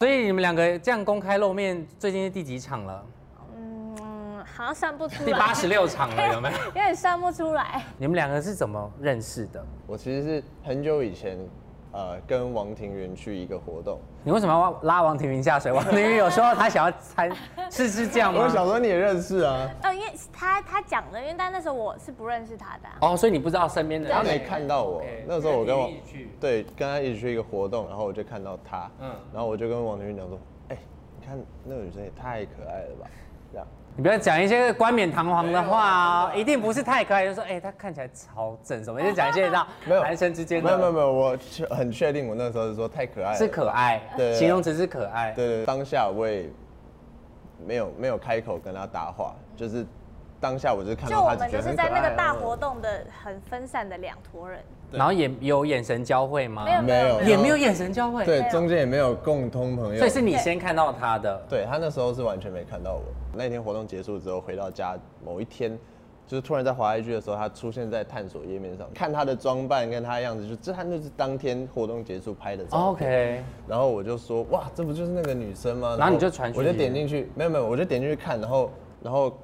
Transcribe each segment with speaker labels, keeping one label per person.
Speaker 1: 所以你们两个这样公开露面，最近是第几场 了？
Speaker 2: 嗯，好像算不出来，
Speaker 1: 第八十六场了，有 没有？
Speaker 2: 有点算不出来。
Speaker 1: 你们两个是怎么认识的？
Speaker 3: 我其实是很久以前，呃，跟王庭云去一个活动，
Speaker 1: 你为什么要拉王庭云下水？王庭云有时候他想要参，是是这样吗
Speaker 3: 我？想说你也认识啊，
Speaker 2: 哦，因为他他讲的，因为但那时候我是不认识他的啊、
Speaker 1: 哦，所以你不知道身边的人
Speaker 3: 他没看到我
Speaker 1: OK，
Speaker 3: 那时候我跟我
Speaker 1: 那你一起去
Speaker 3: 对跟他一起去一个活动，然后我就看到他，
Speaker 1: 嗯
Speaker 3: 嗯，然后我就跟王庭云讲说，哎、你看那个女生也太可爱了吧，这样，
Speaker 1: 你不要讲一些冠冕堂皇的话哦，一定不是太可爱，就说哎、他看起来超正什么，就讲一些让
Speaker 3: 没有
Speaker 1: 男生之间
Speaker 3: 没有没有
Speaker 1: 的，
Speaker 3: 没有，我确很确定我那时候是说太可爱了，
Speaker 1: 是可爱，
Speaker 3: 对
Speaker 1: 形容词是可爱。
Speaker 3: 对对，对当下我也没有没有开口跟他搭话，就是当下我就是看
Speaker 2: 就
Speaker 3: 到
Speaker 2: 我
Speaker 3: 他
Speaker 2: 们就
Speaker 3: 觉得
Speaker 2: 是
Speaker 3: 很
Speaker 2: 在
Speaker 3: 可
Speaker 2: 那
Speaker 1: 啊
Speaker 3: 爱啊
Speaker 2: 个大
Speaker 3: 然后
Speaker 2: 活动的很分散的两坨人，
Speaker 1: 然后也有眼神交汇吗？
Speaker 2: 没有
Speaker 3: 没有
Speaker 1: 也没有眼神交汇。
Speaker 3: 对
Speaker 2: 没有
Speaker 3: 中间也没有共通朋友，
Speaker 1: 所以是你先看到他的。
Speaker 3: 对他那时候是完全没看到我。那天活动结束之后，回到家某一天，就是突然在滑 IG 的时候，他出现在探索页面上，看他的装扮跟他的样子，就这他那是当天活动结束拍的照片。
Speaker 1: 哦 OK，
Speaker 3: 然后我就说，哇，这不就是那个女生吗？
Speaker 1: 然后你就传讯
Speaker 3: 我
Speaker 1: 息
Speaker 3: 就点进去，没有没有，我就点进去看，然后然后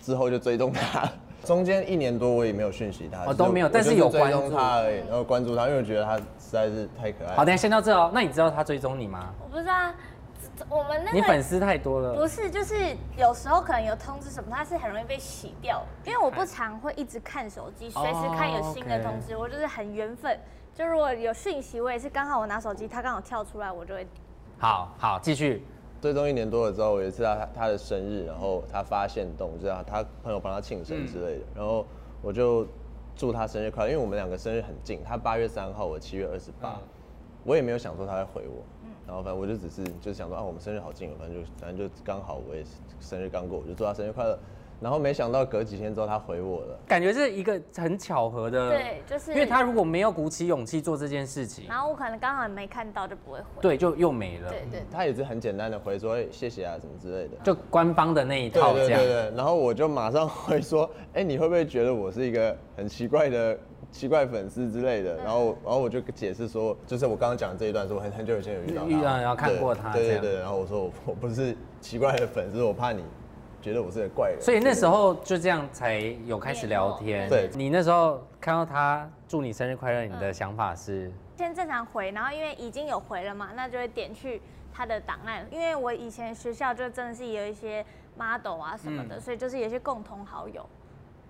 Speaker 3: 之后就追踪他。中间一年多我也没有讯息他，
Speaker 1: 哦
Speaker 3: 就是
Speaker 1: 都没有
Speaker 3: 我
Speaker 1: 但是
Speaker 3: 就
Speaker 1: 有
Speaker 3: 追
Speaker 1: 关
Speaker 3: 踪
Speaker 1: 注
Speaker 3: 他而已，然后关注他，因为我觉得他实在是太可爱
Speaker 1: 好，
Speaker 3: 了。
Speaker 1: 等一下先到这哦。那你知道他追踪你吗？
Speaker 2: 我不知道啊这这我们那
Speaker 1: 你
Speaker 2: 个
Speaker 1: 粉丝太多了
Speaker 2: 不。是，就是有时候可能有通知什么，它是很容易被洗掉，因为我不常会一直看手机，随时看有新的通
Speaker 1: 哦
Speaker 2: 知，我就是很缘分。就如果有讯息，我也是刚好我拿手机，它刚好跳出来，我
Speaker 1: 嗯
Speaker 2: 就会
Speaker 1: 好好，继续。
Speaker 3: 追踪一年多了之后，我也知道他他的生日，然后他发现动，知道他朋友帮他庆生之类的，然后我就祝他生日快乐，因为我们两个生日很近，他八月三号，我七月二十八，我也没有想说他会回我，然后反正我就只是就是想说啊，我们生日好近哦，反正就反正就刚好我也是生日刚过，我就祝他生日快乐，然后没想到隔几天之后他回我了，
Speaker 1: 感觉是一个很巧合的，
Speaker 2: 对就是
Speaker 1: 因为他如果没有鼓起勇气做这件事情，
Speaker 2: 然后我可能刚好也没看到，就不会回。
Speaker 1: 对，就又没了，
Speaker 2: 对对
Speaker 3: 他也是很简单的回说哎谢谢啊什么之类的，
Speaker 1: 就官方的那一
Speaker 3: 对
Speaker 1: 套
Speaker 3: 对
Speaker 1: 这样
Speaker 3: 对。对，然后我就马上会说，哎、你会不会觉得我是一个很奇怪的奇怪粉丝之类的？然后，然后我就解释说，就是我刚刚讲的这一段，是我很很久以前有遇到他，
Speaker 1: 遇到然后看
Speaker 3: 对
Speaker 1: 过他
Speaker 3: 对
Speaker 1: 这
Speaker 3: 对
Speaker 1: 样
Speaker 3: 对。然后我说我我不是奇怪的粉丝，我怕你觉得我是个怪人。
Speaker 1: 所以那时候就这样才有开始聊天。
Speaker 3: 对
Speaker 1: 你那时候看到他祝你生日快乐，你的想法是？
Speaker 2: 先正常回，然后因为已经有回了嘛，那就会点去他的档案。因为我以前学校就真的是有一些 model 啊什
Speaker 1: 嗯
Speaker 2: 么的，所以就是有一些共同好友。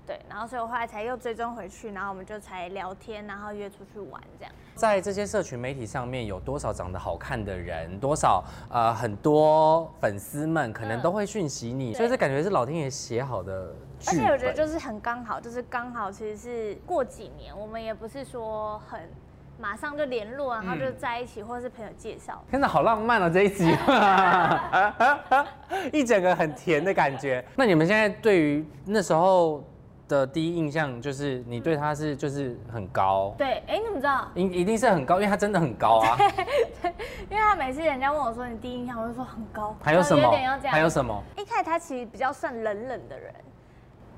Speaker 2: 对，然后所以我后来才又追踪回去，然后我们就才聊天，然后约出去玩这样。
Speaker 1: 在这些社群媒体上面，有多少长得好看的人，多少呃很多粉丝们可能
Speaker 2: 嗯
Speaker 1: 都会讯息你，
Speaker 2: 对
Speaker 1: 所以这感觉是老天爷写好的剧本。
Speaker 2: 而且我觉得就是很刚好，就是刚好，其实是过几年，我们也不是说很马上就联络，然后就在一起，或者是朋友介绍。
Speaker 1: 天哪，好浪漫哦这一集， 一整个很甜的感觉。那你们现在对于那时候的第一印象，就是你对他是就是很高，
Speaker 2: 对，哎、你怎么知道？
Speaker 1: 一一定是很高，因为他真的很高 啊。
Speaker 2: 因为他每次人家问我说你第一印象，我就说很高。
Speaker 1: 还有什么
Speaker 2: 有点要这？样。
Speaker 1: 还有什么？
Speaker 2: 一开始他其实比较算冷冷的人，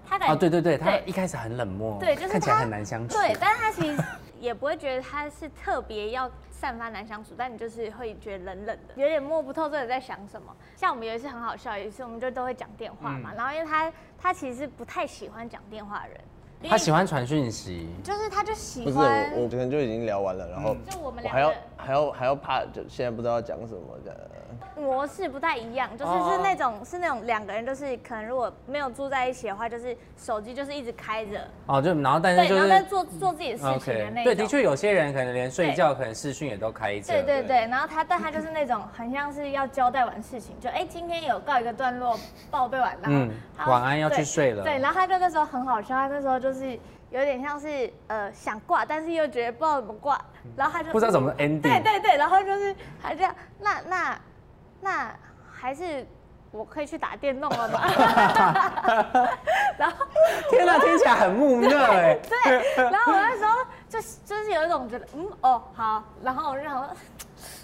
Speaker 2: 他感
Speaker 1: 啊，对对对，他
Speaker 2: 对
Speaker 1: 一开始很冷漠，
Speaker 2: 对，就是
Speaker 1: 看起来
Speaker 2: 他
Speaker 1: 很难相处。
Speaker 2: 对，但是他其实也不会觉得他是特别要散发难相处，但你就是会觉得冷冷的，有点摸不透这个在想什么。像我们有一次很好笑，有一次我们就都会讲电话嘛，
Speaker 1: 嗯
Speaker 2: 然后因为他他其实不太喜欢讲电话的人，因
Speaker 1: 他
Speaker 2: 为
Speaker 1: 喜欢传讯息，
Speaker 2: 就是他就喜
Speaker 3: 不是
Speaker 2: 欢
Speaker 3: 我，我可能就已经聊完了，然后
Speaker 2: 就我们
Speaker 3: 我
Speaker 2: 两
Speaker 3: 还要
Speaker 2: 个
Speaker 3: 还要还要怕，就现在不知道要讲什么这样。
Speaker 2: 模式不太一样，就是
Speaker 1: 哦
Speaker 2: 是那种、是那种两个人就是可能如果没有住在一起的话，就是手机就是一直开着，
Speaker 1: 哦，就然后但是
Speaker 2: 对，
Speaker 1: 就
Speaker 2: 然后
Speaker 1: 是
Speaker 2: 在做做自己的事情的
Speaker 1: OK，
Speaker 2: 那种。
Speaker 1: 对，的确有些人可能连睡觉可能视讯也都开着。
Speaker 2: 对对对，然后他但他就是那种很像是要交代完事情，就哎、今天有告一个段落，报备完，然后
Speaker 1: 嗯
Speaker 2: 他
Speaker 1: 晚安要去
Speaker 2: 对
Speaker 1: 睡了
Speaker 2: 对，然后他就那时候很好笑，他那时候就是有点像是呃想挂，但是又觉得不知道怎么挂，然后他就
Speaker 1: 嗯不知道怎么 ending
Speaker 2: 对对对，然后就是还这样，那那那还是我可以去打电动 了吗？然后
Speaker 1: 天哪，听起来很木讷哎。
Speaker 2: 对，然后我那时候就是就是有一种觉得，嗯，哦，好，然后我就想说，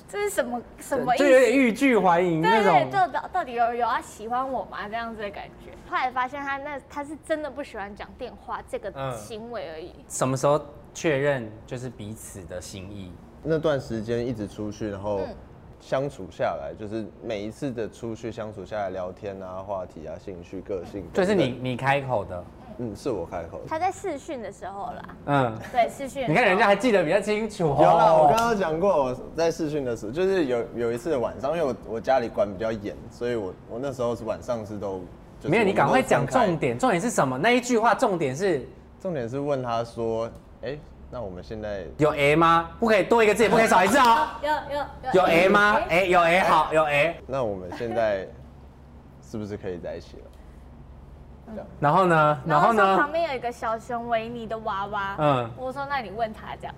Speaker 2: 这是什么什么意
Speaker 1: 就有
Speaker 2: 思
Speaker 1: 点？欲拒还迎那
Speaker 2: 对对，
Speaker 1: 种。
Speaker 2: 就到到底有有要喜欢我吗？这样子的感觉。后来发现他那他是真的不喜欢讲电话这个
Speaker 1: 嗯
Speaker 2: 行为而已。
Speaker 1: 什么时候确认就是彼此的心意？
Speaker 3: 那段时间一直出去，然后
Speaker 2: 嗯
Speaker 3: 相处下来，就是每一次的出去相处下来，聊天啊、话题啊、兴趣、个性，
Speaker 1: 就是你，你开口的，
Speaker 3: 嗯，是我开口的。
Speaker 2: 他在试训的时候啦，
Speaker 1: 嗯，
Speaker 2: 对试训的时候。
Speaker 1: 你看人家还记得比较清楚哦。
Speaker 3: 有啦，我刚刚讲过，我在试训的时候，就是有有一次晚上，因为我我家里管比较严，所以我我那时候是晚上是都、就是
Speaker 1: 没有，你赶快讲
Speaker 3: 我们
Speaker 1: 重
Speaker 3: 都分开。
Speaker 1: 点，重点是什么？那一句话重点是
Speaker 3: 重点是问他说，哎、那我们现在
Speaker 1: 有 A 吗？不可以多一个字，也不可以少一字哦。
Speaker 2: 有有
Speaker 1: 有 A 吗？
Speaker 2: 哎，
Speaker 1: 哎，有 A 好，有 A。
Speaker 3: 那我们现在 是不是可以在一起了？
Speaker 1: 然后呢？然
Speaker 2: 然
Speaker 1: 后
Speaker 2: 后说
Speaker 1: 呢
Speaker 2: 旁？边有一个小熊维尼的娃娃，
Speaker 1: 嗯
Speaker 2: 嗯，我说那你问他 这样，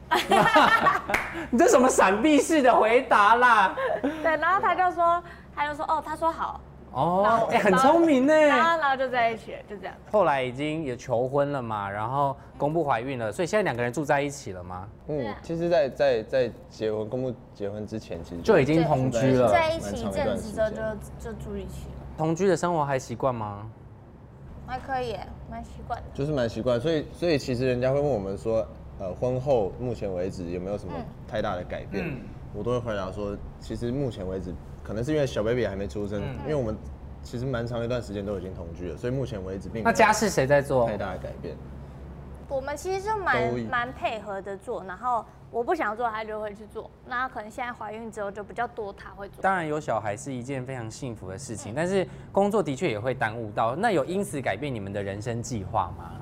Speaker 1: 你这什么闪避式的回答啦？
Speaker 2: 对，然后他就说，他就说哦，他说好，然后
Speaker 1: 哦，
Speaker 2: 我
Speaker 1: 哎，很聪明呢。
Speaker 2: 然后然后就在一起了，就这样。
Speaker 1: 后来已经也求婚了嘛，然后公布怀孕了，所以现在两个人住在一起了吗？
Speaker 2: 对
Speaker 3: 嗯
Speaker 2: 啊，
Speaker 3: 其实在，在在结婚公布结婚之前，其实
Speaker 1: 就已经同居了。
Speaker 2: 在一起一阵子之后就就住一起了，
Speaker 1: 同居的生活还习惯吗？
Speaker 2: 还可以耶，蛮习惯的。
Speaker 3: 就是蛮习惯，所以所以其实人家会问我们说，呃，婚后目前为止有没有什么太大的改变？
Speaker 1: 嗯
Speaker 3: 我都会回答说，其实目前为止，可能是因为小 baby 还没出生，
Speaker 1: 嗯
Speaker 3: 因为我们其实蛮长一段时间都已经同居了，所以目前为止并没
Speaker 1: 那
Speaker 3: 有
Speaker 1: 家事谁在做
Speaker 3: 太？大的改变。
Speaker 2: 我们其实就蛮
Speaker 3: 都一
Speaker 2: 蛮配合的做，然后我不想做，他就会去做。那可能现在怀孕之后就比较多，他会做。
Speaker 1: 当然有小孩是一件非常幸福的事情，但是工作的确也会耽误到。那有因此改变你们的人生计划吗？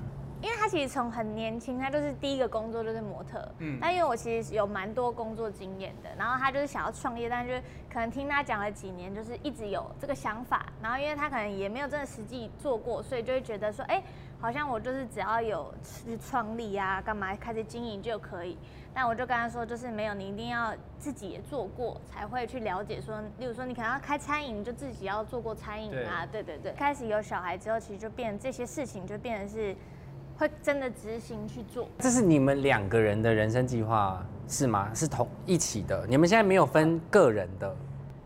Speaker 2: 因为他其实从很年轻，他就是第一个工作就是模特。嗯，但因为我其实有蛮多工作经验的，然后他就是想要创业，但是可能听他讲了几年，就是一直有这个想法。然后因为他可能也没有真的实际做过，所以就会觉得说，哎、好像我就是只要有去创立啊，干嘛开始经营就可以。但我就跟他说，就是没有，你一定要自己也做过，才会去了解说，例如说你可能要开餐饮，你就自己要做过餐饮啊，对对对。开始有小孩之后，其实就变这些事情就变成是会真的执行去做。
Speaker 1: 这是你们两个人的人生计划是吗？是同一起的，你们现在没有分个人的。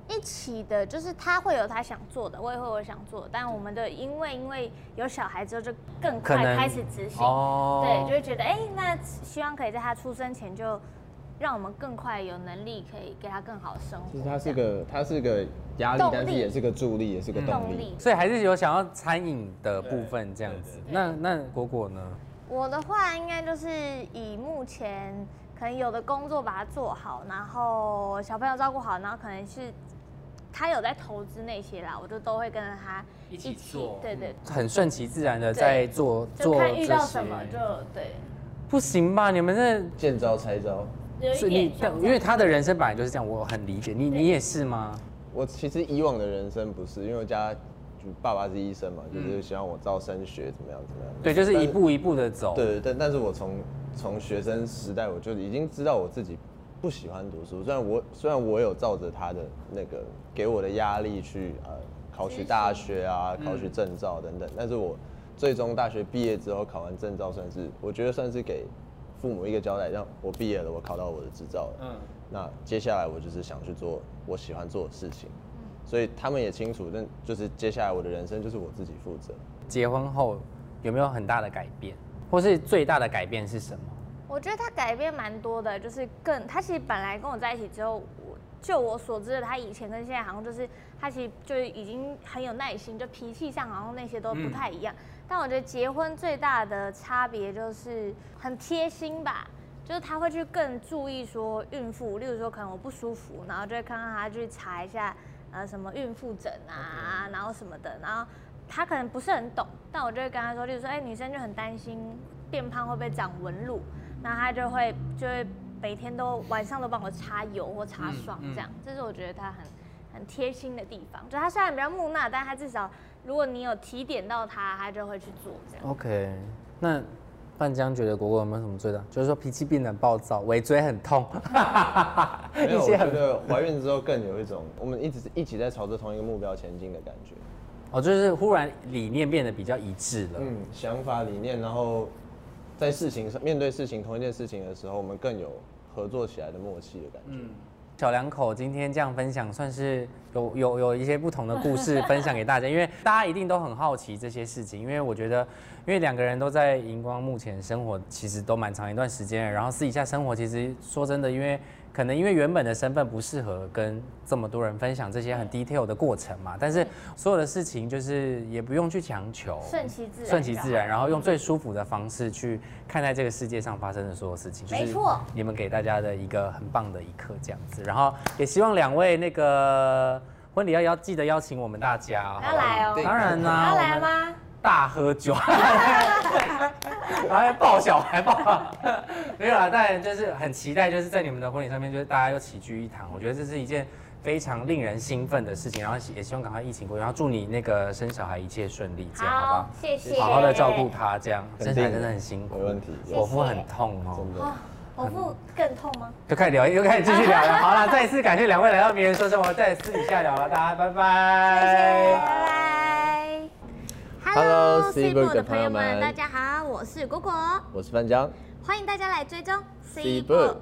Speaker 2: 一起的，就是他会有他想做的，我也会有我想做的，但我们的因为因为有小孩之后，就更
Speaker 1: 可
Speaker 2: 快
Speaker 1: 能
Speaker 2: 开始执行，
Speaker 1: 哦
Speaker 2: 对，就会觉得哎、那希望可以在他出生前就让我们更快有能力可以给他更好的生活。
Speaker 3: 就是它是个它是个压力
Speaker 2: 动，力嗯
Speaker 3: 但是也是个助力，也是个动
Speaker 2: 动
Speaker 3: 力。
Speaker 2: 力。
Speaker 1: 所以还是有想要餐饮的部分这样子。那那果果呢？
Speaker 2: 我的话应该就是以目前可能有的工作把它做好，然后小朋友照顾好，然后可能是他有在投资那些啦，我就都会跟着他
Speaker 1: 一起做嗯
Speaker 2: 对对，
Speaker 1: 很顺其自然的
Speaker 2: 对
Speaker 1: 在做
Speaker 2: 就
Speaker 1: 做
Speaker 2: 看遇
Speaker 1: 这
Speaker 2: 到
Speaker 1: 些
Speaker 2: 什，么就对。
Speaker 1: 不行吧？你们这
Speaker 3: 见招拆招。
Speaker 2: 有
Speaker 1: 所
Speaker 2: 一
Speaker 1: 以你
Speaker 2: 点像这样
Speaker 1: 因为他的人生本来就是这样，我很理解你，你也是吗？
Speaker 3: 我其实以往的人生不是，因为我家就爸爸是医生嘛，就是希望我照升学怎么样怎么样。
Speaker 1: 嗯对，就是一步一步的走。
Speaker 3: 对，但但是我从从学生时代我就已经知道我自己不喜欢读书，虽然我虽然我有照着他的那个给我的压力去呃考取大学啊，考取证照等等，但是我最终大学毕业之后考完证照，算是我觉得算是给父母一个交代，让我毕业了，我考到我的执照了。
Speaker 1: 嗯
Speaker 3: 那接下来我就是想去做我喜欢做的事情，所以他们也清楚，但就是接下来我的人生就是我自己负责。
Speaker 1: 结婚后有没有很大的改变，或是最大的改变是什么？
Speaker 2: 我觉得他改变蛮多的，就是更他其实本来跟我在一起之后，我就我所知的，他以前跟现在好像就是他其实就已经很有耐心，就脾气上好像那些都
Speaker 1: 嗯
Speaker 2: 不太一样。但我觉得结婚最大的差别就是很贴心吧。就是他会去更注意说孕妇，例如说可能我不舒服，然后就会看看他去查一下，呃，什么孕妇疹啊然后什么的，然后他可能不是很懂，但我就会跟他说，例如说，哎、女生就很担心变胖会不会长纹路，那他就会就会每天都晚上都帮我擦油或擦霜这样，这是我觉得他很很贴心的地方。就他虽然比较木讷，但他至少如果你有提点到他，他就会去做这样。
Speaker 1: OK，那范江觉得果果有没有什么最大？就是说脾气变得很暴躁，尾椎很痛，
Speaker 3: 没有，
Speaker 1: 一
Speaker 3: 我
Speaker 1: 些
Speaker 3: 觉
Speaker 1: 很
Speaker 3: 得怀孕之后更有一种我们一直一起在朝着同一个目标前进的感 觉。
Speaker 1: 哦，就是忽然理念变得比较一致了。
Speaker 3: 嗯，想法理念，然后在事情上面对事情同一件事情的时候，我们更有合作起来的默契的感觉。
Speaker 1: 嗯小两口今天这样分享，算是有有有一些不同的故事分享给大家，因为大家一定都很好奇这些事情，因为我觉得，因为两个人都在荧光幕前生活，其实都蛮长一段时间了，然后私底下生活，其实说真的，因为可能因为原本的身份不适合跟这么多人分享这些很 detail 的过程嘛，但是所有的事情就是也不用去强求，
Speaker 2: 顺其自然
Speaker 1: 顺其自
Speaker 2: 就
Speaker 1: 然，
Speaker 2: 好
Speaker 1: 然后用最舒服的方式去看待这个世界上发生的所有事情，
Speaker 2: 没错
Speaker 1: 你们给大家的一个很棒的一刻这样子，然后也希望两位那个婚礼要邀记得邀请我们大家哦，
Speaker 2: 要来哦
Speaker 1: 当然啦、
Speaker 2: 要
Speaker 1: 我
Speaker 2: 来
Speaker 1: 们
Speaker 2: 吗？
Speaker 1: 大喝酒， 还抱小孩抱，没有啦，当然就是很期待，就是在你们的婚礼上面，就是大家又齐聚一堂，我觉得这是一件非常令人兴奋的事情，然后也希望赶快疫情过去，然后祝你那个生小孩一切顺利，这样好不好？
Speaker 2: 谢谢，
Speaker 1: 好好的照顾。他，这样生
Speaker 3: 肯定
Speaker 1: 小孩真的很辛苦，
Speaker 3: 没问题
Speaker 1: 我腹很痛哦、
Speaker 3: 真的。
Speaker 2: 哦，我腹更痛吗？
Speaker 1: 就开始聊，又开始继续聊了。好了，再一次感谢两位来到《名人说生活》，在私底下聊了，大家拜
Speaker 2: 谢谢，
Speaker 1: 拜。
Speaker 2: 拜拜。
Speaker 3: Hello，
Speaker 2: C
Speaker 3: Seabook
Speaker 2: 的
Speaker 3: 的
Speaker 2: 朋
Speaker 3: 朋
Speaker 2: 友
Speaker 3: 友
Speaker 2: 们，
Speaker 3: 们
Speaker 2: 大家好，我是果果，
Speaker 3: 我是范江
Speaker 2: 欢迎大家来追踪
Speaker 3: C Book。